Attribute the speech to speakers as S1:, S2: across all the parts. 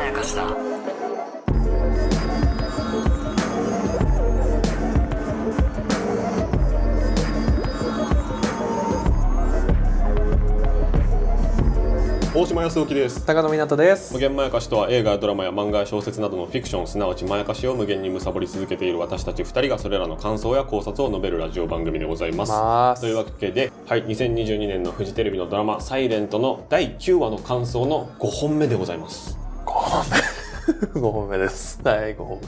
S1: やかしだ
S2: 大島康之です
S3: 高野湊です
S2: 無限まやかしとは映画やドラマや漫画や小説などのフィクションすなわちまやかしを無限に貪り続けている私たち2人がそれらの感想や考察を述べるラジオ番組でございます
S3: ます
S2: というわけで、はい、2022年のフジテレビのドラマ「サイレントの第9話の感想の5本目でございます、
S3: 5本目5本目ですはい5本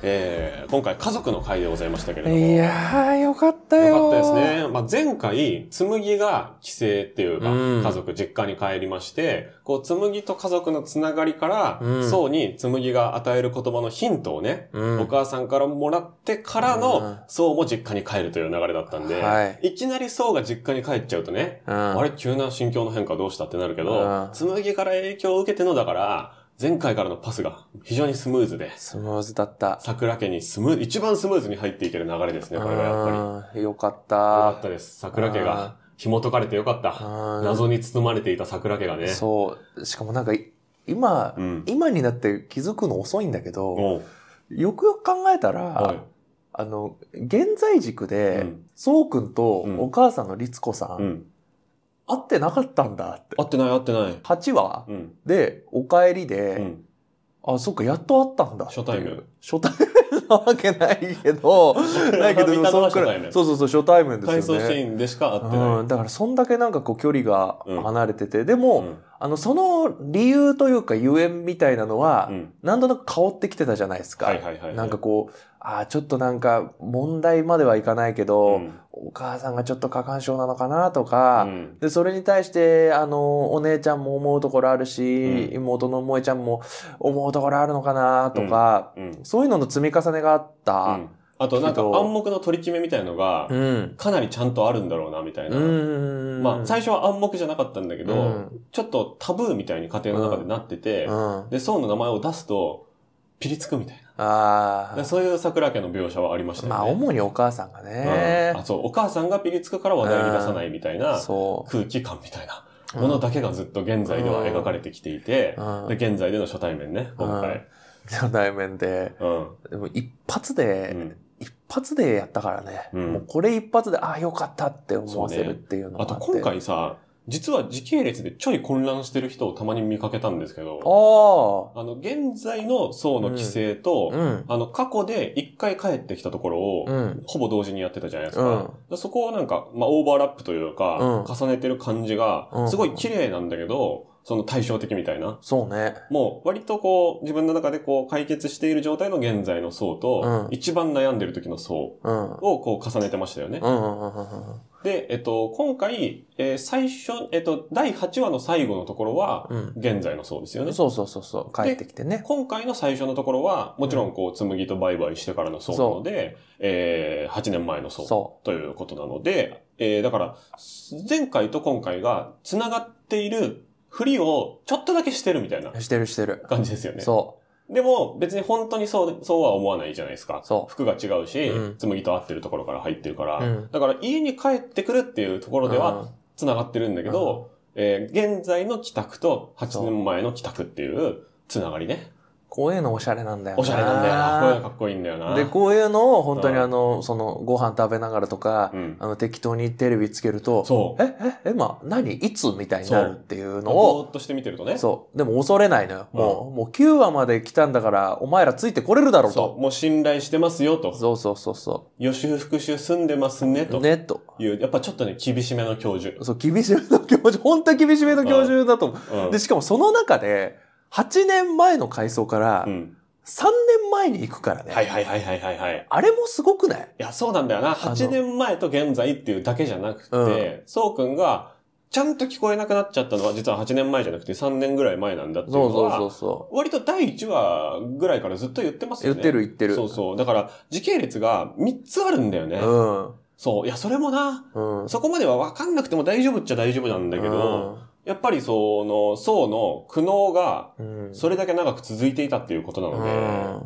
S2: えー今回家族の回でございましたけれども
S3: 目いやーよかったよ
S2: よかったですね。まあ、前回、紬が帰省っていうか、
S3: うん
S2: 家族、実家に帰りまして、こう、紬と家族のつながりから、
S3: うん
S2: そうに紬が与える言葉のヒントをね、
S3: うん
S2: お母さんからもらってから
S3: うん
S2: の、そうも実家に帰るという流れだったんで、、
S3: はい
S2: きなりそうが実家に帰っちゃうとね、
S3: うん
S2: あれ、急な心境の変化どうしたってなるけ
S3: う
S2: ど
S3: ん、
S2: 紬から影響を受けてのだから、前回からのパスが非常にスムーズで、
S3: スムーズだった
S2: 桜家にスムーズ、一番スムーズに入っていける流れですね、これはやっぱり。
S3: りよかっ
S2: よかったたです。桜家
S3: あ
S2: が紐解かれてよかった。
S3: うん
S2: 謎に包まれていた桜家がね。
S3: そうしかもなんかい今、
S2: うん。
S3: 今になって気づくの遅いんだけど
S2: おう
S3: よくよく考えたら、
S2: はい。
S3: あの現在軸
S2: う
S3: で、
S2: ん
S3: そうくんと
S2: うん
S3: お母さんの律子さん、
S2: うん。
S3: 会ってなかったんだって
S2: 合ってない合ってない。
S3: 8話
S2: うん。
S3: でお帰りで、
S2: うん。
S3: あ、そっか、やっと会ったんだ。
S2: 初対面。
S3: 初対面なわけない けど、ないけど、
S2: 見たの
S3: そ
S2: は
S3: んく
S2: 初
S3: ら
S2: 対
S3: い
S2: 面。
S3: そうそうそう、初対面で
S2: 回
S3: すよ
S2: 想
S3: ね。
S2: シーンでしか合って
S3: う、
S2: なん
S3: だからそんだけなんかこう距離が離れてて、で
S2: い。
S3: も、
S2: うん
S3: あの、その理由というかゆえんみたいなのは、
S2: うん。
S3: なんとなく香ってきてたじゃないですか。
S2: はいはいはい。
S3: なんかこう、あーちょっとなんか問題まではいかないけど、
S2: うん
S3: お母さんがちょっと過干渉なのかなと
S2: う
S3: か、
S2: ん。
S3: で、それに対して、あの、お姉ちゃんも思うところあるし、
S2: うん
S3: 妹の萌えちゃんも思うところあるのかなとか、
S2: うん。うん
S3: そういうのの積み重ねがあった。
S2: あとなんか
S3: けど
S2: 暗黙の取り決めみたいのが
S3: う、ん。
S2: かなりちゃんとあるんだろうな、みたいな。
S3: うん。
S2: まあ、最初は暗黙じゃなかったんだけ
S3: う
S2: ど、
S3: ん
S2: ちょっとタブーみたいに家庭の中でなってて、
S3: うん。
S2: で、宋の名前を出すと、ピリつくみたいな。
S3: あ
S2: で
S3: あ。
S2: そういう桜家の描写はありましたよね。
S3: まあ、主にお母さんが
S2: う
S3: ね
S2: んあ、。そう、お母さんがピリつくから話題に出さないみたいな
S3: そ
S2: 空気感みたいな
S3: う。
S2: ものだけがずっと現在では描かれてきていて
S3: うん、
S2: で、現在での初対面ね、今回。
S3: 初対面で。
S2: うん。
S3: でも一発
S2: う
S3: で、
S2: ん
S3: 一発でやったからね。
S2: うん
S3: もうこれ一発で、ああ、よかったって思わせるっていうのが
S2: あ
S3: って
S2: と今。回さ、実は時系列でちょい混乱してる人をたまに見かけたんですけど、
S3: あ
S2: あの、現在の宋の規制と
S3: あ。、うん。
S2: あの、過去で一回帰ってきたところを、
S3: うん。
S2: ほぼ同時にやってたじゃないです
S3: う
S2: か
S3: ん。
S2: でそこをなんか、まあ、オーバーラップというか、
S3: う
S2: 重ねてる感じが
S3: う、ん
S2: すごい綺麗なんだけど、その対照的みたいな。
S3: そうね。
S2: もう、割とこう、自分の中でこう、解決している状態の現在の層と、
S3: うん
S2: 一番悩んでる時の層
S3: うん。
S2: をこう、重ねてましたよね。
S3: うんうんうんうんうん
S2: で、えっと、今回、えー最初、えっと、第8話の最後のところは、
S3: うん。
S2: 現在の層ですよね。
S3: そうそうそうそう。帰ってきてね。
S2: 今回の最初のところは、もちろんこう、紬とバイバイしてからの層なので、えー8年前の層。
S3: そ
S2: ということなので、えー、だから、す前回と今回が繋がっている振りをちょっとだけしてるみたいな
S3: う。してるしてる。
S2: 感じですよね。
S3: そ
S2: でも、別に本当にそう、そうは思わないじゃないですか。
S3: そう
S2: 服が違うし、
S3: うん
S2: 紬と合ってるところから入ってるから。
S3: うん
S2: だから、家に帰ってくるっていうとこ
S3: う。
S2: ろでは繋がってるんだけど、えー現在の帰宅と8年前の帰宅っていう繋がりね。
S3: こういうのおしゃれなんだよな。
S2: おしゃれなんだよな。これがかっこいいんだよな。
S3: で、こういうのを本当に
S2: うん
S3: あの、その、ご飯食べながらとか
S2: う、ん
S3: あ。の、適当にテレビつけると、
S2: そう。
S3: え、え、え、まあ、何いつみたいになるっていうの
S2: ぼ
S3: を、
S2: ーっとして見てるとね。
S3: そう。でも恐れないのよ。もう、もう9話まで来たんだから、お前らついてこれるだろう
S2: そう。
S3: と。
S2: もう信頼してますよと。
S3: そうそうそうそ
S2: 予習復習済んでますね、
S3: う。
S2: と
S3: ね、と。
S2: いう、やっぱちょっとね、厳しめの教授。
S3: そう、厳しめの教授、本当に厳しめの教授だと思う。
S2: うん
S3: で、しかもその中で、8年前の回想から
S2: う、ん。
S3: 3年前に行くからね。
S2: はいはいはいはいはいはい。
S3: あれもすごくない
S2: いや、そうなんだよな。
S3: の
S2: 8年前と現在っていうだけじゃなく
S3: う
S2: て、そうくんが、ちゃんと聞こえなくなっちゃったのは、実は8年前じゃなくて3年ぐらい前なんだっていう
S3: そう
S2: の
S3: そうそう
S2: は、
S3: そ
S2: 割と第1話ぐらいからずっと言ってます
S3: う。言
S2: よ
S3: っ
S2: ね。
S3: てる言ってる。
S2: そうそう。だから、時系列が3つあるんだよね。そう。いや、それもな、
S3: うん。うん。
S2: そこまでは分かんなくても大丈夫っちゃ大丈夫なんだけど、やっぱりその、層の苦悩が
S3: うん、うん。
S2: それだけ長く続いていたっていうことな
S3: う
S2: ので、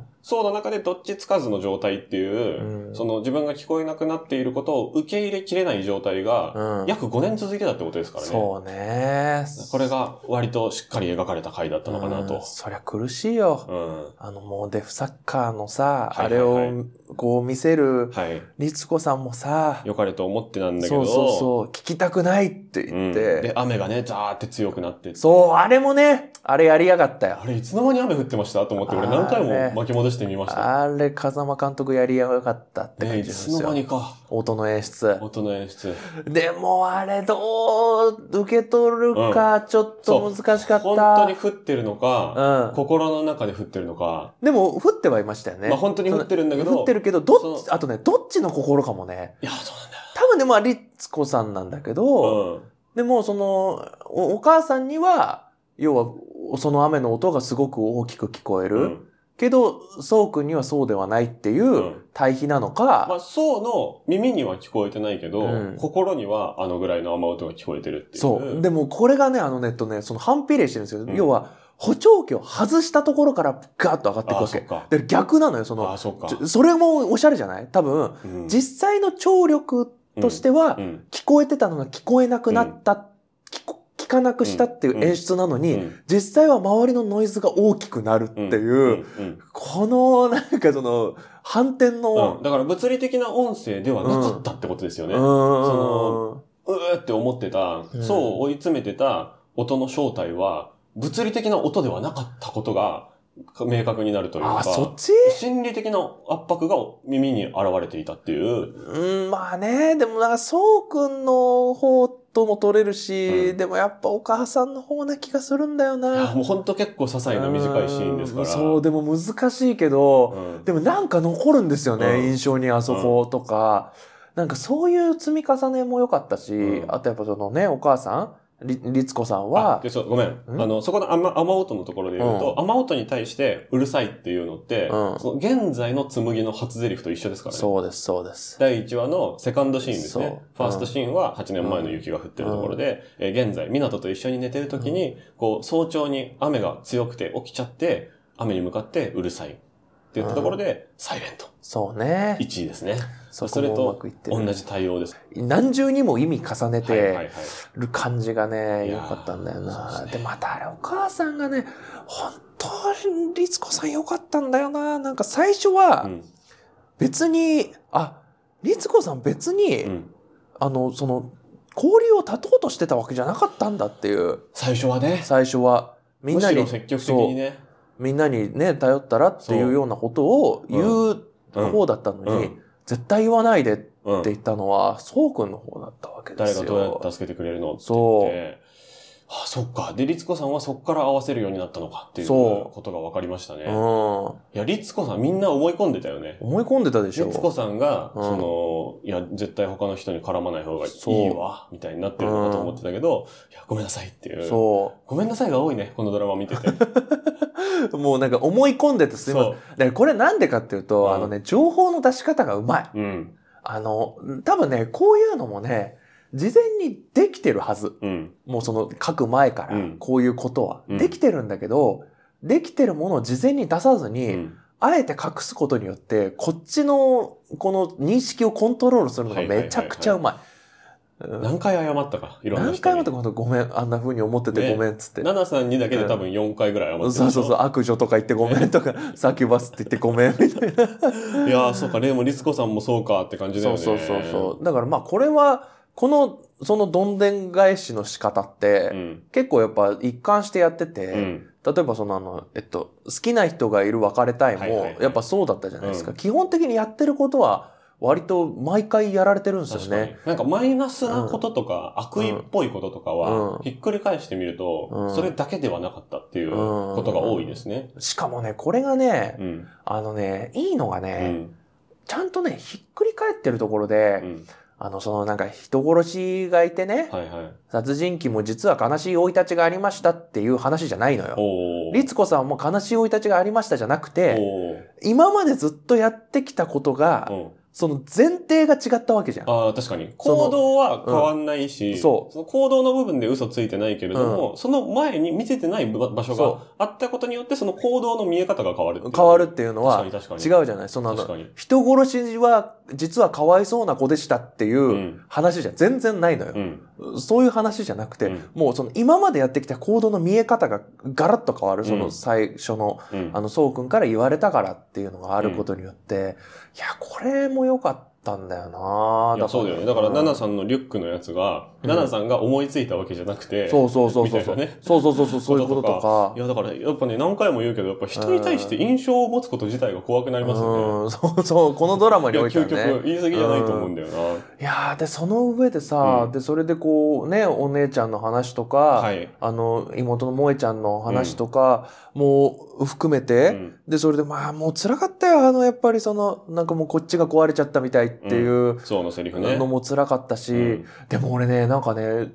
S3: ん
S2: そうの中でどっちつかずの状態っていう、
S3: うん
S2: その自分が聞こえなくなっていることを受け入れきれない状態が、
S3: うん。
S2: 約5年続いてたってことですからね。
S3: そうね。
S2: これが割としっかり描かれた回だったのかな
S3: うん
S2: と。
S3: そりゃ苦しいよ。
S2: うん。
S3: あの、もうデフサッカーのさ、
S2: はいはいはい
S3: あれをこう見せる、
S2: はい。
S3: 律子さんもさ、
S2: 良かれと思ってなんだけ
S3: そ
S2: ど。
S3: うそうそう、聞きたくないって
S2: う
S3: 言
S2: ん
S3: っ
S2: で
S3: て、、
S2: 雨がね、ザーって強くなって。
S3: そう、あれもね、あれやりやがったよ
S2: あ。れ、いつの間に雨降ってましたと思って、俺
S3: あー
S2: 何回も
S3: ね
S2: 巻き戻してみました。
S3: あれ、風間監督やりやがったって感
S2: ねい
S3: じなんで
S2: つ
S3: す
S2: の間
S3: よ。
S2: にか。
S3: 音の演出。
S2: 音の演出。
S3: でもあれ、どう受け取るか、ちょっと難しかった。
S2: 本当に降ってるのか、
S3: うん。
S2: 心の中で降ってるのか。
S3: でも、降ってはいましたよね。
S2: まあ本当に降ってるんだけど。
S3: 降って
S2: る。
S3: るけど、どっち、あとね、どっちの心かもね。
S2: いや、そうなんだよ。
S3: 多分ね、まあ、律子さんなんだけ
S2: う
S3: ど、
S2: ん。
S3: でも、そのお、お母さんには、要は、その雨の音がすごく大きく聞こえる。
S2: うん
S3: けど、そうくんにはそうではないっていううん対比なのか、
S2: まあ、そうの耳には聞こえてないけど、
S3: うん
S2: 心にはあのぐらいの雨音が聞こえてるっていう。
S3: そう。でも、これがね、あのネットね、その反比例してるんですよ。
S2: うん
S3: 要は、補聴器を外したところからガーッと上がっていく
S2: あ、
S3: わ
S2: そっ
S3: け。
S2: か。
S3: で逆なのよ、その、
S2: あ、そっか。
S3: ちょそれもおしゃれじゃない多分、
S2: うん
S3: 実際の聴力としては、
S2: うん
S3: 聞こえてたのが聞こえなくなった、聞こ聞かなくしたっていう演出なのに、
S2: うん
S3: 実際は周りのノイズが大きくなるっていう、
S2: うんうん
S3: このなんかその反転
S2: うん
S3: の、
S2: だから物理的な音声ではなかったってことですよ
S3: う
S2: ね。
S3: ーん、
S2: う
S3: そ
S2: ーって思ってた、
S3: うん
S2: そう追い詰めてた音の正体は、物理的な音ではなかったことが明確になるという
S3: あ
S2: か
S3: あ、、そっち
S2: 心理的な圧迫が耳に現れていたっていう。
S3: うん、まあね、でもなんかそうくんの方とも取れるし、
S2: うん
S3: でもやっぱお母さんの方な気がするんだよ
S2: いや
S3: な。
S2: もうほんと結構些細な短いシーンですから。
S3: うんそう、でも難しいけど、
S2: うん
S3: でもなんか残るんですよね、
S2: うん
S3: 印象にあそことか、なんかそういう積み重ねも良かったし、
S2: うん
S3: あとやっぱそのね、お母さん、り律子さん
S2: あ
S3: は
S2: で、そうごめん。
S3: ん
S2: あの、そこの雨雨音のところで言うと、雨音に対してうるさいっていうのって、
S3: うん
S2: その現在の紬の初台詞と一緒ですからね。
S3: そうです、そうです。
S2: 第1話のセカンドシーンです
S3: そう
S2: ね。ファース
S3: うん
S2: トシーンは8年前の雪が降ってるところで、えー現在、港と一緒に寝てる時に、こう、早朝に雨が強くて起きちゃって、雨に向かってうるさいって言ったところで、サイレント。
S3: そうね。
S2: 1位ですね。
S3: そ
S2: そ
S3: こ
S2: れ
S3: もうま
S2: と
S3: くいって
S2: 同
S3: る。
S2: じ対応です。
S3: 何重にも意味重ね
S2: はいはいは
S3: て
S2: い。
S3: る感じがね、
S2: いや
S3: 良、
S2: ー
S3: かったんだよ
S2: そう
S3: な。で
S2: ですね
S3: またあれお母さんがね、本当に律子さん良かったんだよな。なんか最初
S2: う
S3: は
S2: ん。
S3: 別に、あ、律子さん別に、
S2: うん。
S3: あの、その、交流を断とうとしてたわけじゃなかったんだっていう、
S2: 最初はね、
S3: 最初は。みん
S2: むし
S3: なに、
S2: ろ積極的にね。
S3: そうみんなにね、頼ったらっていうようなことを言う
S2: うん
S3: 方だったのに、
S2: うん
S3: 絶対言わないでって
S2: うん
S3: 言ったのは、そうくんの方だったわけで
S2: 誰
S3: す
S2: が
S3: よ。
S2: どうやって助けてくれるのって
S3: そ
S2: 言っ
S3: う。
S2: て。あ、そっか。で、律子さんはそっから合わせるようになったのかっていう
S3: そう
S2: ことが分かりましたね。
S3: うん。
S2: いや、律子さんみんな思い込んでたよね。
S3: 思い込んでたでしょ。
S2: 律子さんが、
S3: うん
S2: その、いや、絶対他の人に絡まない方がいいわ、みたいになってるのかと思ってたけど、いや、ごめんなさいっていう。
S3: そ
S2: ごめんなさいが多いね、このドラマ見てて。
S3: う。もうなんか思い込んで てすいません。
S2: う。
S3: で、これなんでかっていうと、
S2: うん
S3: あのね、情報の出し方がうまい。
S2: うん。
S3: あの、多分ね、こういうのもね、事前にできてるはず。
S2: うん。
S3: もうその書く前から
S2: うん
S3: こういうことは
S2: うん
S3: できてるんだけど、できてるものを事前に出さず
S2: う
S3: に、
S2: ん。
S3: あえて隠すことによって、こっちのこの認識をコントロールするのがめちゃくちゃうまい。うん
S2: 何回謝ったか、いろんな人
S3: 何
S2: に。
S3: 回もってことごめん、あんな風に思ってて
S2: ね
S3: ごめんっつって。
S2: 奈々さんにだけで多分4回ぐらい謝ってるでしょ
S3: そうそうそう、悪女とか言ってごめんと か、サキュバスって言ってごめんみたい
S2: い
S3: な。
S2: やー、そうか、でも律子さんも そうかって感じだよ
S3: そう
S2: ね。
S3: そうそうそう。だからまあこれは、この、そのどんでん返しの仕方って、
S2: うん。
S3: 結構やっぱ一貫してやってて、
S2: うん。
S3: 例えばそのあの、えっと、好きな人がいる別れたいも、
S2: はいはいはい
S3: やっぱそうだったじゃないですか、
S2: う
S3: 基本的にやってることは割と毎回やられてるんですよ
S2: 確かに
S3: ね。。
S2: なんかマイナスなこととか、悪意っぽいこととかは
S3: う、ん
S2: ひっくり返してみると、
S3: うん
S2: それだけではなかったっていうことが多いですね。
S3: しかもね、これがね、
S2: うん。
S3: あのね、いいのが
S2: う
S3: ね、
S2: ん。
S3: ちゃんとね、ひっくり返ってるところで、
S2: うん。
S3: あの、そのなんか人殺しがいてね、
S2: はいはい。
S3: 殺人鬼も実は悲しい生い立ちがありましたっていう話じゃないのよ。
S2: おー。
S3: 律子さんも悲しい生い立ちがありましたじゃなくて、
S2: おー
S3: 今までずっとやってきたことが、
S2: うん。
S3: その前提が違ったわけじゃん。
S2: ああ、確かに。行動は変わんないし、
S3: うんそう
S2: その行動の部分で嘘ついてないけれども、その前に見せてない場場所
S3: そ
S2: があったことによって、その行動の見え方が変わるっていう。
S3: 変わるっていうのは
S2: 確かに確かに。
S3: 違うじゃないそのあ
S2: 確
S3: の、
S2: かに。
S3: 人殺しは実はかわいそうな子でしたっていううん話じゃ全然ないの
S2: う
S3: よ。
S2: ん。
S3: そういう話じゃなくて、
S2: うん
S3: もうその今までやってきた行動の見え方がガラッと変わる。そうの
S2: ん
S3: 最初の、
S2: うん
S3: あ。の、そうくんから言われたからっていうのがあることによって、いや、これも良かったんだよない
S2: やそうだよね。だから、
S3: うん
S2: ナナさんのリュックのやつが、
S3: うん
S2: ナナさんが思いついたわけじゃなくて、
S3: そうそうそうそう
S2: みた
S3: そう、
S2: いなね
S3: そうそうそうそうそういうこととか
S2: いや、だから、やっぱね、何回も言うけど、やっぱ人に対して印象を持つこと自体が怖くなりますよね。
S3: うん そうそうこのドラマ
S2: い
S3: に
S2: や、
S3: おいては
S2: 究
S3: ね
S2: 極、言い過ぎじゃないと思うんだよな。
S3: いやーでその上でさ、
S2: うん
S3: でそれでこうねお姉ちゃんの話とか、
S2: はい。
S3: あの妹の萌えちゃんの話とかもう含めて、
S2: うん
S3: でそれでまあもう辛かったよあのやっぱりそのなんかもうこっちが壊れちゃったみたいっていう
S2: そうのセリフね。
S3: のも辛かったし、
S2: うん
S3: でも俺ねなんかね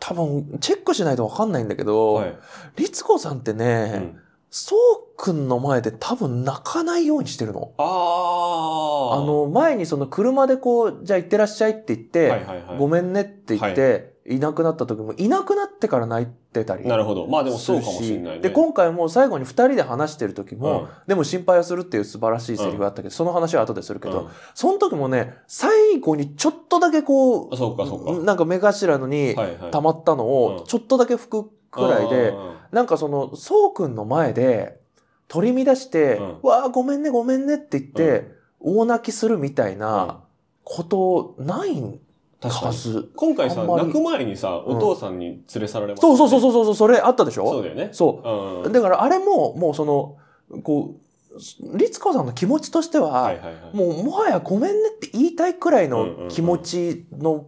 S3: 多分チェックしないとわかんないんだけど、
S2: はい。
S3: 律子さんってね、
S2: うん
S3: そうくんの前で多分泣かないようにしてるの。
S2: あ
S3: あ
S2: あ。、
S3: の、前にその車でこう、じゃあ行ってらっしゃいって言って、
S2: はいはいはい。
S3: ごめんねって言って、い、なくなった時も、いなくなってから泣いてたり。
S2: なるほど。まあでもそうかもしれないね。
S3: で、今回も最後に二人で話してる時
S2: うん、
S3: も、でも心配をするっていう素晴らしいセリフがあったけど、その話は後でするけど、その時もね、最後にちょっとだけこ
S2: あ
S3: う、
S2: そうかそうか。
S3: なんか目頭のに
S2: はいはい。
S3: 溜まったの
S2: う
S3: を
S2: ん、
S3: ちょっとだけ拭くくらいで、
S2: あ
S3: なんかその、そうくんの前で、取り乱して、
S2: うん
S3: わあ、ごめんね、ごめんねって言って、大泣きするみたいなこと、ない
S2: ー。確か
S3: は
S2: に。
S3: ず。
S2: 今回さ、
S3: あんまり
S2: 泣く前にさ、お父さんに連れ去られました、
S3: そうそうそう
S2: う。
S3: そうそうそう、それあったでしょ
S2: そうだよね。
S3: そう
S2: うん。
S3: だからあれも、もうその、こう、律子さんの気持ちとしては、
S2: はいはいはい。
S3: もうもはやごめんねって言いたいくらい
S2: うんうんう
S3: の
S2: ん
S3: 気持ちの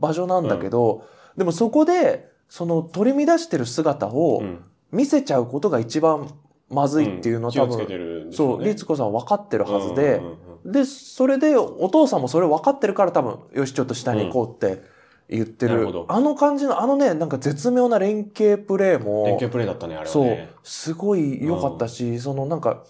S3: 場所なんだけど、でもそこで、その取り乱してる姿を
S2: うん
S3: 見せちゃうことが一番まずいっていうのは
S2: 気
S3: 多
S2: をつ
S3: 分
S2: け、てるんでし
S3: そ
S2: ょ
S3: う、
S2: ね。
S3: 律子さんは分かってるはず
S2: う
S3: で
S2: んう、んうんうん
S3: で、それでお父さんもそれ分かってるから多分、よし、ちょっと下に行こうって言って
S2: うんな
S3: る。
S2: るほど
S3: あの感じの、あのね、なんか絶妙な連携プレー
S2: 連
S3: も、
S2: 携プレイだったね、あれは
S3: そう
S2: ね。、
S3: すごい良かったし、そのなんか、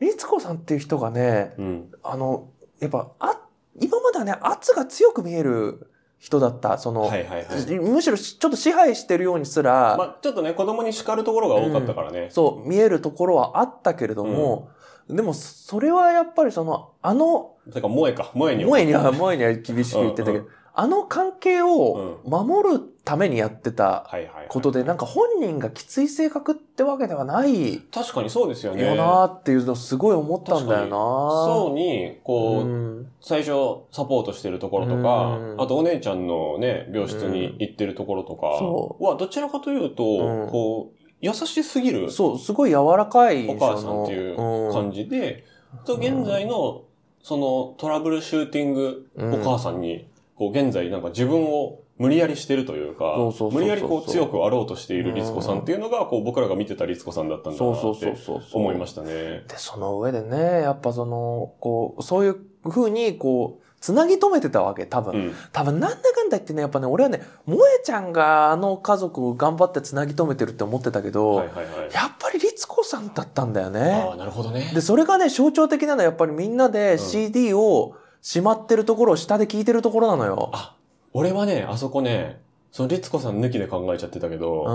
S3: 律子さんっていう人がね、
S2: そう。うん。
S3: あの、やっぱ、あ、今まではね、圧が強く見える人だった、その、
S2: はいはいはい。
S3: むしろちょっと支配してるようにすら、
S2: まあちょっとね、子供に叱るところが多かったからね。
S3: そう、見えるところはあったけれども、でも、それはやっぱりその、あの、
S2: てか、萌えか。萌えに。
S3: 萌えには、萌えには厳しく言ってたけど、
S2: うん
S3: あの関係を守るためにやってた
S2: はいはいはい。
S3: ことで、なんか本人がきつい性格ってわけではないよ
S2: 確かにそうですよね。
S3: なーっていうのすごい思ったんだよな
S2: そうに、こう、
S3: ん
S2: 最初サポートしてるところとか
S3: う、ん
S2: あとお姉ちゃんのね、病室に行ってるところとか
S3: そ
S2: は、どちらかというと、
S3: うん
S2: こう、優しすぎる
S3: そう、すごい柔らかい
S2: お母さんっていう感じで、と現在のそのトラブルシューティング
S3: じ、う
S2: お母
S3: さ
S2: さんに、こう現在なんか自分を無理やりしてるというか
S3: そうそうそう、そ
S2: 無
S3: う
S2: 理やりこう強くあろうとしている律子さんっていうのが、こう僕らが見てた律子さんだったんだ
S3: そ
S2: な
S3: うそ
S2: っ
S3: うそう
S2: て
S3: そう。
S2: 思いましたね。
S3: で、その上でね、やっぱその、こう、そういうふうに、こう、つなぎ止めてたわけ、多分。
S2: うん。
S3: 多分なんだかんだ言ってねやっぱね俺はね萌えちゃんがあの家族を頑張ってつなぎ止めてるって思ってたけど、
S2: はいはいはい。
S3: やっぱり律子さんだったんだよ
S2: ああ、
S3: ね。
S2: なるほどね。
S3: でそれがね象徴的なのはやっぱりみんなで
S2: ん
S3: CD をしまってるところを下で聞いてるところなのよ。
S2: あ、俺はね、あそこね、その律子さん抜きで考えちゃってたけど、
S3: うん、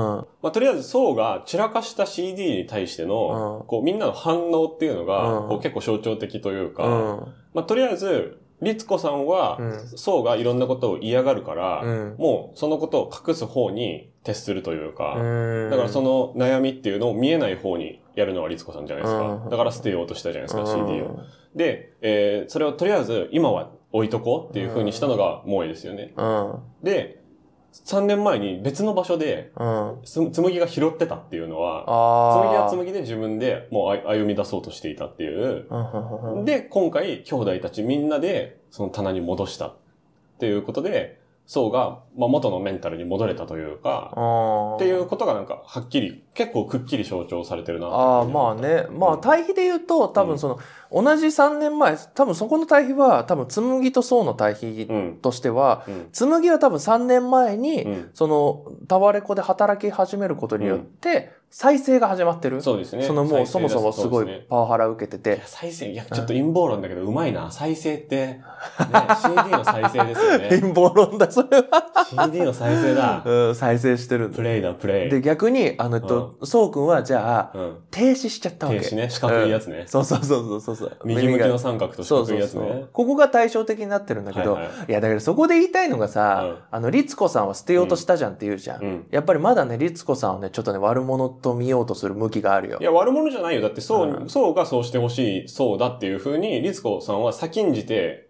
S2: まあ、とりあえず、そうが散らかした CD に対しての、
S3: うん
S2: こう、みんなの反応っていうのが、
S3: うん
S2: こう結構象徴的というか、
S3: うん、
S2: まあ、とりあえず、律子さんは
S3: う、ん、
S2: そうがいろんなことを嫌がるから、
S3: うん
S2: もう、そのことを隠す方に徹するというか、
S3: うん。
S2: だからその悩みっていうのを見えない方にやるのは律子さんじゃないですか。
S3: うん
S2: だから捨てようとしたじゃないですか、CD を。
S3: を。
S2: で、えーそれをとりあえず、今は置いとこうっていう風にしたのが萌えですよね。
S3: うん、
S2: で、3年前に別の場所で、
S3: うん。
S2: つむぎが拾ってたっていうのは、つむぎ
S3: あ
S2: は
S3: あ。
S2: つむぎで自分でもうあ歩み出そうとしていたっていう。
S3: うん
S2: で、今回、兄弟たちみんなで、その棚に戻したっていうことで、そうが、まあ、元のメンタルに戻れたというか、っていうことがなんか、はっきり、結構くっきり象徴されてるな
S3: ああまあねまあ対比で言うと多分その、同じ3年前多分そこの対比は多分紬と宋の対比
S2: あ。うん。
S3: としては、
S2: うん。
S3: 紬は多分3年前に、
S2: うん。
S3: そのタワレコで働き始めることによって、再生が始まってる。
S2: そうですね。
S3: そのも
S2: 再
S3: う
S2: 生
S3: そもそも
S2: です
S3: すご
S2: そうです
S3: い
S2: ね
S3: パワハラ受けて
S2: い
S3: て
S2: や、再生、いや、ちょっと陰謀論だけど、うまいな。再生って、ね、CD の再生ですよ ね。
S3: 陰謀論だ、それは。
S2: CD の再生だ。
S3: うん、再生してるんだ
S2: プ。レイだ、プレイ。
S3: で、逆に、あの、えっと、そうくんはじゃあ、
S2: うん。
S3: 停止しちゃったわ
S2: 停
S3: け。
S2: 止ね。四角いやつね。
S3: そうそうそうそうそう。
S2: 右向きの
S3: 三
S2: 三角と
S3: そ
S2: 四角
S3: うそ
S2: いうやつね。
S3: そう。ここが対照的になってるんだけど、
S2: はいいは
S3: や、だけどそこで言いたいのがさ、あの、律子さんは捨てようとしたじゃんって言うじゃん。
S2: うん。
S3: やっぱりまだね、律子さんをね、ちょっとね、悪者と見ようとする向きがあるよ
S2: い。や、悪者じゃないよ。だって、そう、
S3: うん
S2: そうがそうしてほしい、そうだっていうふうに、律子さんは先んじて、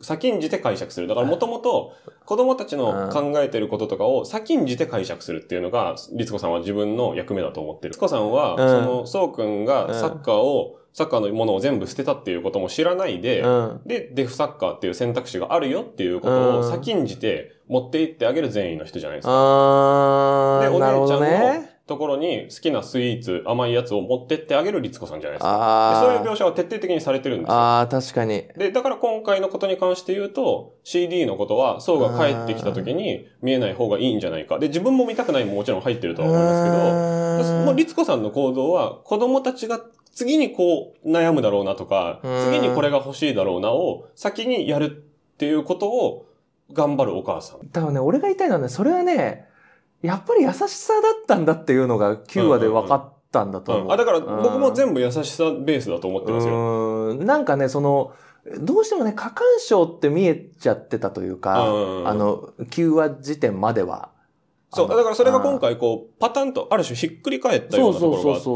S2: 先んじて解釈する。だから、もともと、子供たちの考えてることとかを先んじて解釈するっていうのが、律子さんは自分の役目だと思ってる。律子さんは、
S3: うん
S2: その、そうくんがサッカーを、サッカーのものを全部捨てたっていうことも知らないで、
S3: うん。
S2: で、デフサッカーっていう選択肢があるよっていうことを
S3: うん
S2: 先んじて持って行ってあげる善意の人じゃないですか。
S3: あ
S2: で、
S3: ー、
S2: お
S3: なるほ
S2: 姉ちゃ
S3: ど
S2: んの
S3: ね。
S2: ところに好きなスイーツ、甘いやつを持ってってあげる律子さんじゃないですか。でそういう
S3: あ
S2: 描写は徹底的にされてるんで
S3: ー、
S2: すよ。
S3: あー、確かに。
S2: で、だから今回のことに関して言うと、CD のことは、ソウが帰ってきた時に見えない方がいいんじゃないか。で、自分も見たくないももちろん入ってるとは思いますけど、
S3: うーん
S2: もう律子さんの行動は、子供たちが次にこう悩むだろうなとか、
S3: うん
S2: 次にこれが欲しいだろうなを先にやるっていうことを頑張るお母さん。
S3: 多分ね、俺が言いたいのはね、それはね、やっぱり優しさだったんだっていうのが9話で分かったんだと思う。
S2: あ、だから
S3: うん
S2: 僕も全部優しさベースだと思ってますよ。
S3: うーんなんかね、その、どうしてもね、過干渉って見えちゃってたというか、あ
S2: あ、
S3: の、9話時点までは。
S2: そう、
S3: あの
S2: だからそれが今回こう、パターンとある種ひっくり返ったようなところがあ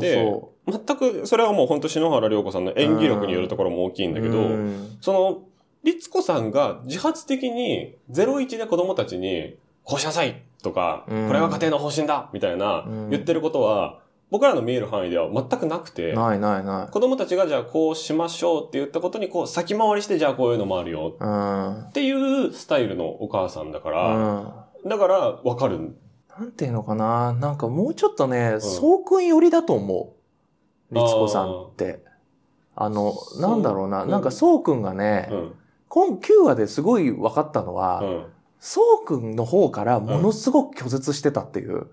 S2: って、全くそれはもう本当篠原涼子さんの演技力によるところも大きいんだけ
S3: う
S2: ど、
S3: ん
S2: その、律子さんが自発的に01で子供たちに、こうしなさいとか、
S3: うん
S2: これが家庭の方針だみたいな
S3: うん
S2: 言ってることは、僕らの見える範囲では全くなくて、
S3: ないないない。
S2: 子供たちがじゃあこうしましょうって言ったことにこう先回りしてじゃあこういうのもあるよ
S3: うん。うん
S2: っていうスタイルのお母さんだから、だからわかるん
S3: なんていうのかななんかもうちょっとね、
S2: ん
S3: そうくん寄りだと思う。律子さんって。あの、
S2: そう
S3: なんだろうな。なんかそうくんがね、
S2: うん。
S3: 今9話ですごい分かったのは、
S2: うん。
S3: そうくんの方からものすごく拒絶してたっていう。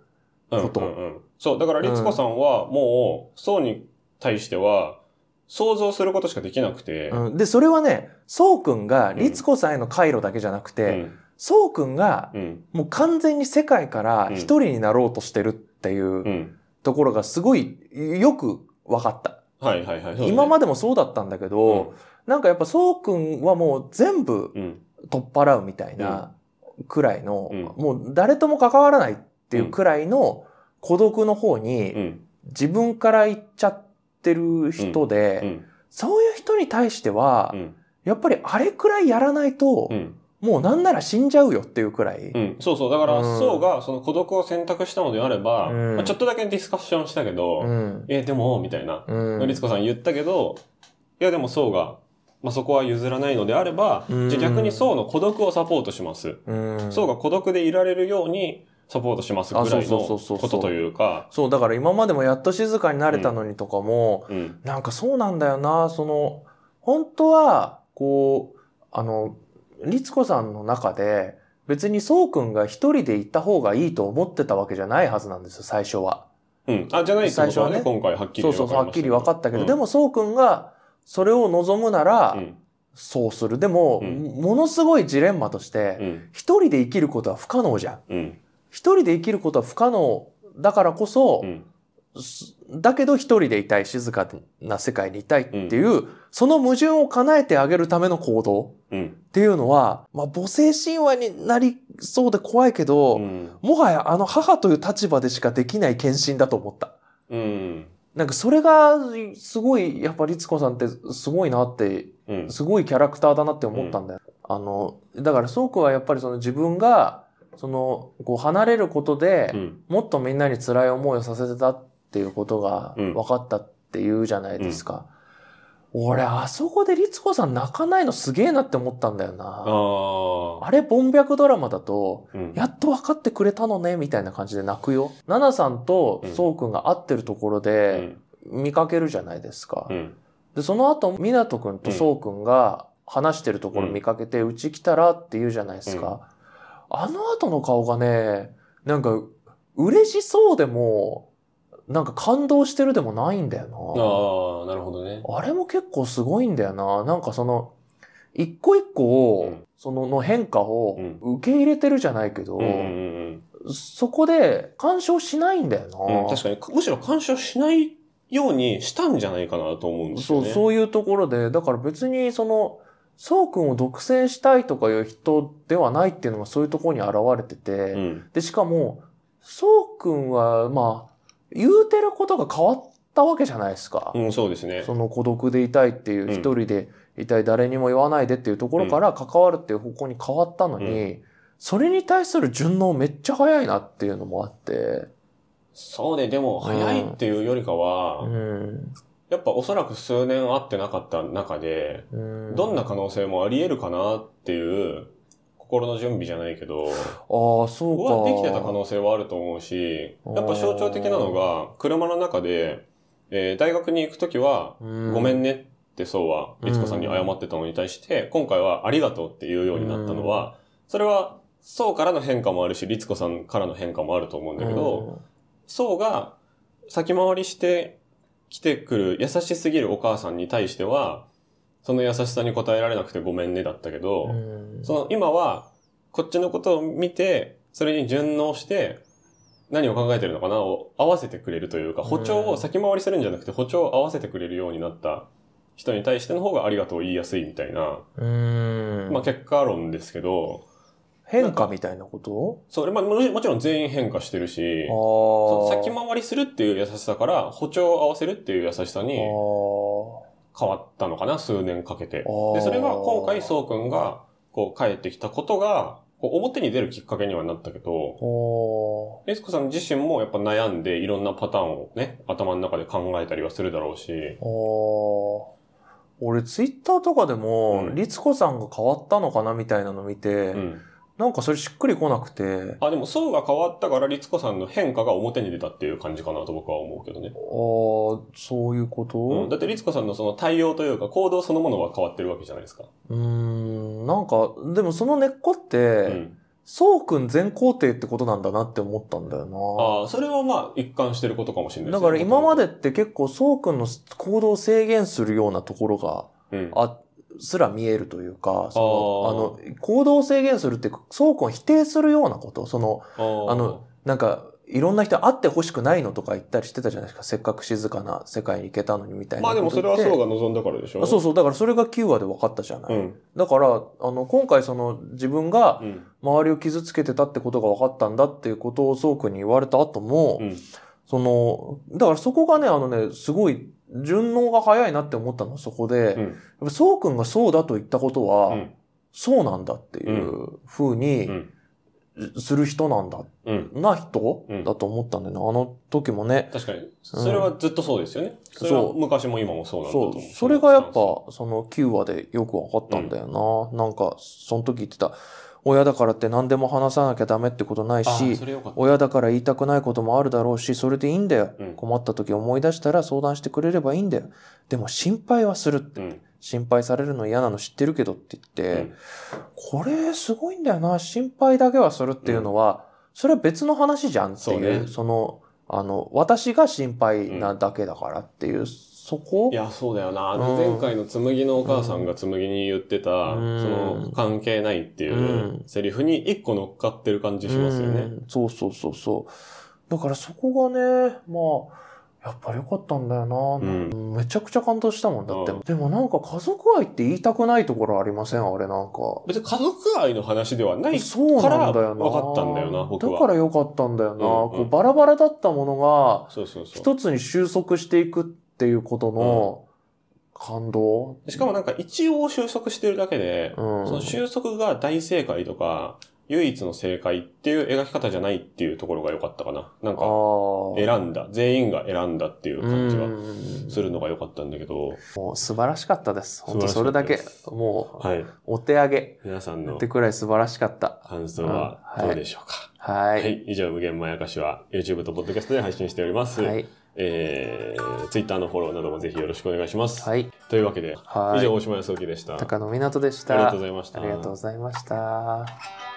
S3: こと
S2: うんうんうんそう、だから律子さんはもう、そうに対しては、想像することしかできなくて、
S3: うんで、それはね、そうくんが律子さんへの回路だけじゃなく
S2: う
S3: て、
S2: ん、
S3: そうくんが
S2: うん、
S3: もう完全に世界から一人になろうとしてるっていう
S2: う。
S3: うんところがすごいよく分かった。
S2: はいはいはい。
S3: 今ま
S2: で
S3: でもそうだったんだけど、なんかやっぱそうくんはもう全部
S2: うん、うん、
S3: 取っ払うみたいなくらいの、
S2: うん
S3: もう誰とも関わらないっていうくらいの孤独の方に、
S2: うん、
S3: 自分から言っちゃってる人で、
S2: うん、
S3: そういう人に対しては、
S2: うん、
S3: やっぱりあれくらいやらないと、
S2: うん、
S3: もうなんなら死んじゃうよっていうくらい。
S2: うん。そうそう。だから、
S3: うん
S2: そうが、その孤独を選択したのであれば、
S3: うん
S2: まあ、ちょっとだけディスカッションしたけど、
S3: うん。
S2: え、でも、みたいな、
S3: うん。
S2: 律子さん言ったけど、いやでもそうが、まあ、そこは譲らないのであれば、
S3: うん
S2: じゃあ逆にそうの孤独をサポートします。
S3: うん
S2: そうが孤独でいられるようにサポートしますぐらい
S3: あ
S2: の
S3: そうそうそうそうそ
S2: こ
S3: う
S2: とというか、
S3: そう、だから今までもやっと静かになれたのにとかも、
S2: うん。
S3: なんかそうなんだよな、その、本当は、こう、あの、律子さんの中で、別にそうくんが一人で行った方がいいと思ってたわけじゃないはずなんですよ、最初は。
S2: うん。あ、じゃないってことはね、
S3: 最初はね
S2: 今回はっきり
S3: そう
S2: 分かりました
S3: そうそう、はっきり分かったけ
S2: う
S3: ど、
S2: ん
S3: でもそうくんが、それを望むなら、
S2: うん。
S3: そうする。でも、
S2: うん
S3: ものすごいジレンマとして、
S2: うん。
S3: 一人で生きることは不可能じゃん。
S2: うん。
S3: 一人で生きることは不可能だからこそ
S2: う、ん。
S3: すだけど一人でいたい、静かな世界にいたいっていう、その矛盾を叶えてあげるための行動
S2: うん。
S3: っていうのは、まあ母性神話になりそうで怖いけど、
S2: うん。
S3: もはやあの母という立場でしかできない献身だと思った。
S2: うん。
S3: なんかそれがすごい、やっぱ律子さんってすごいなって
S2: うん。
S3: すごいキャラクターだなって思ったんだよ。あの、だから、そうくんはやっぱりその自分が、その、こう離れることで、
S2: うん。
S3: もっとみんなに辛い思いをさせてたっていうことが
S2: うん
S3: 分かったっていうじゃないですか。俺、あそこで律子さん泣かないのすげえなって思ったんだよな。
S2: ああ。
S3: あれ、ボンビャクドラマだと、
S2: うん。
S3: やっと分かってくれたのね、みたいな感じで泣くよ。ナナさんとそうくんが会ってるところ
S2: う
S3: で
S2: ん。
S3: 見かけるじゃないですか。
S2: うん。
S3: で、その後、湊斗くんとそうくんが話してるところ見かけて、うち来たらって言うじゃないですか。あの後の顔がね、なんか、嬉しそうでも、なんか感動してるでもないんだ
S2: あ
S3: よ
S2: あ、なるほどね。
S3: な。あれも結構すごいんだよな。なんかその、一個一個を、
S2: うん
S3: そのの変化を
S2: うん
S3: 受け入れてるじゃないけど、
S2: うんうん
S3: そこで干渉しないんだよ
S2: うん、うん。
S3: な。
S2: 確かに、むしろ干渉しないようにしたんじゃないかなと思うんです
S3: そ
S2: よ
S3: う、
S2: ね。
S3: そういうところで、だから別にその、そうくんを独占したいとかいう人ではないっていうのがそういうところに現れてて、
S2: うん。
S3: で、しかも、そうくんは、まあ、言うてることが変わったわけじゃないですか。
S2: うん、そうですね。
S3: その孤独でいたいっていう、
S2: うん
S3: 一人でいたい誰にも言わないでっていうところから関わるっていう方向に変わったのに、それに対する順応めっちゃ早いなっていうのもあって、
S2: そうね、でも、早いっていうよりかは、
S3: うん。
S2: やっぱおそらく数年会ってなかった中で、
S3: うん、
S2: どんな可能性もあり得るかなっていう、心の準備じゃないけど、
S3: ああ、そう
S2: 僕は
S3: か。
S2: できてた可能性はあると思うし、やっぱ象徴的なのが、車の中で、えー大学に行くときは、
S3: うん
S2: ごめんねってそうは、
S3: うん
S2: 律子さんに謝ってたのに対して、今回はありがとうって言うようになったのは、それは、そうからの変化もあるし、律子さんからの変化もあると思うんだけど、そうが先回りして来てくる優しすぎるお母さんに対しては、その優しさに応えられなくてごめんねだったけど、
S3: うん、
S2: その今はこっちのことを見て、それに順応して、何を考えてるのかなを合わせてくれるというか、
S3: うん
S2: 歩調を先回りするんじゃなくて歩調を合わせてくれるようになった人に対しての方がありがとうを言いやすいみたいな、
S3: うん
S2: まあ結果論ですけど、
S3: 変化みたいなこと
S2: それまあもちもちろん全員変化してるし、そ
S3: あ
S2: の
S3: あ。
S2: 先回りするっていう優しさから歩調を合わせるっていう優しさに
S3: あー
S2: 変わったのかな、数年かけて。
S3: あー
S2: で、それが今回、そうくんが、こう、帰ってきたことが、こう、表に出るきっかけにはなったけど、
S3: あ
S2: エスコさん自身もやっぱ悩んで、いろんなパターンをね、頭の中で考えたりはするだろうし、
S3: ーあー。俺、ツイッターとかでも
S2: う、ん
S3: 律子さんが変わったのかなみたいなの見て、
S2: うん。
S3: なんかそれしっくりこなくて、あ
S2: あ、でも、そうが変わったから、律子さんの変化が表に出たっていう感じかなと僕は思うけどね
S3: あ。ー、そういうこ
S2: うん、だ
S3: と
S2: って、律子さんのその対応というか、行動そのものは変わってるわけじゃないですか。
S3: うーん、なんか、でもその根っこっ
S2: う
S3: て、
S2: ん。
S3: そうくん全肯定ってことなんだなって思ったんだよな。
S2: ああ、それはまあ、一貫してることかもしれない
S3: だから今ま
S2: で
S3: でって結構、そうくんの行動を制限するようなところが、
S2: すね、うん
S3: あ、すら見えるというか、
S2: あ
S3: その、あの、行動を制限するって、そうくんを否定するようなこと、その、
S2: あ
S3: あの、なんか、いろんな人に会ってほしくないのとか言ったりしてたじゃないですか。せっかく静かな世界に行けたのにみたいな
S2: まあ
S3: こ
S2: で
S3: と言
S2: も
S3: って。
S2: それはそうが望んだからでしょ
S3: あそうそう。だからそれが9話で分かったじゃない。
S2: ん。
S3: だから、あの、今回その自分が
S2: うん。
S3: 周りを傷つけてたってことが分かったんだっていうことをそうくんに言われた後も、
S2: うん。
S3: その、だからそこがね、あのね、すごい順応が早いなって思ったのはそこで、
S2: う
S3: やっ
S2: ん。
S3: ぱそうくんがそうだと言ったことは、
S2: うん
S3: そうなんだっていう風に
S2: うん
S3: する人なんだ、
S2: うん。
S3: な人、
S2: うん
S3: だと思ったんだよね。あの時もね。
S2: 確かに。それはずっとそうですよね。
S3: そ
S2: そうれは昔も今もそうなんだと
S3: そ
S2: 思う。
S3: う。それがやっぱ、その9話でよく分かったんだよな。なんか、その時言ってた、親だからって何でも話さなきゃダメってことない
S2: あー、
S3: し
S2: そ、れよかった。
S3: 親だから言いたくないこともあるだろうし、それでいいんだよ。
S2: うん
S3: 困った時思い出したら相談してくれればいいんだよ。でも心配はするって。
S2: うん。
S3: 心配されるの嫌なの知ってるけどって言って、
S2: うん
S3: これすごいんだよな。心配だけはするっていうのは、それは別の話じゃんってい
S2: そう
S3: う、
S2: ね
S3: その、あの、私が心配なだけだからっていう、そこ
S2: いや、そうだよな。
S3: うん
S2: 前回の紬のお母さんが紬に言ってた、そ
S3: ん
S2: の、関係ないってい
S3: うん
S2: うセリフに一個乗っかってる感じしますよね。
S3: うんそうそうそうそう。だからそこがね、まあ、やっぱり良かったんだよな、
S2: ん
S3: めちゃくちゃ感動したもんだって。
S2: うん
S3: でもなんか家族愛って言いたくないところありませんあれなんか。
S2: 別に家族愛の話ではない。
S3: そうなんだよな。
S2: から分かったんだよな僕は
S3: だから良かったんだよな。
S2: うんうん
S3: こうバラバラだったものが
S2: そうそうそう。
S3: 一つに収束していくっていうことの感動。
S2: しかもなんか一応収束してるだけで、
S3: うん。
S2: その収束が大正解とか、唯一の正解っていう描き方じゃないっていうところが良かったかな。なんか、
S3: ああ。
S2: 選んだ、全員が選んだっていう感じが
S3: うん
S2: するのが良かったんだけど、
S3: もう素晴らしかったです。本当そ
S2: 素
S3: れ
S2: 晴ら
S3: だ
S2: しかった
S3: け
S2: で。
S3: も
S2: はい。
S3: う、お手上げ。
S2: 皆さん
S3: っ
S2: の
S3: てくらい素晴らしかった。
S2: 感想は
S3: うんはい
S2: どうでしょうか。
S3: は。
S2: はいい。以上、無限まやかしは YouTube と Podcast で配信しております。
S3: はい。
S2: えー、Twitter のフォローなどもぜひよろしくお願いします。
S3: はい。
S2: というわけで、
S3: はい
S2: 以上、大島康之でした。あ
S3: 高野湊でし
S2: りが
S3: た。
S2: とうございました。
S3: ありがとうございました。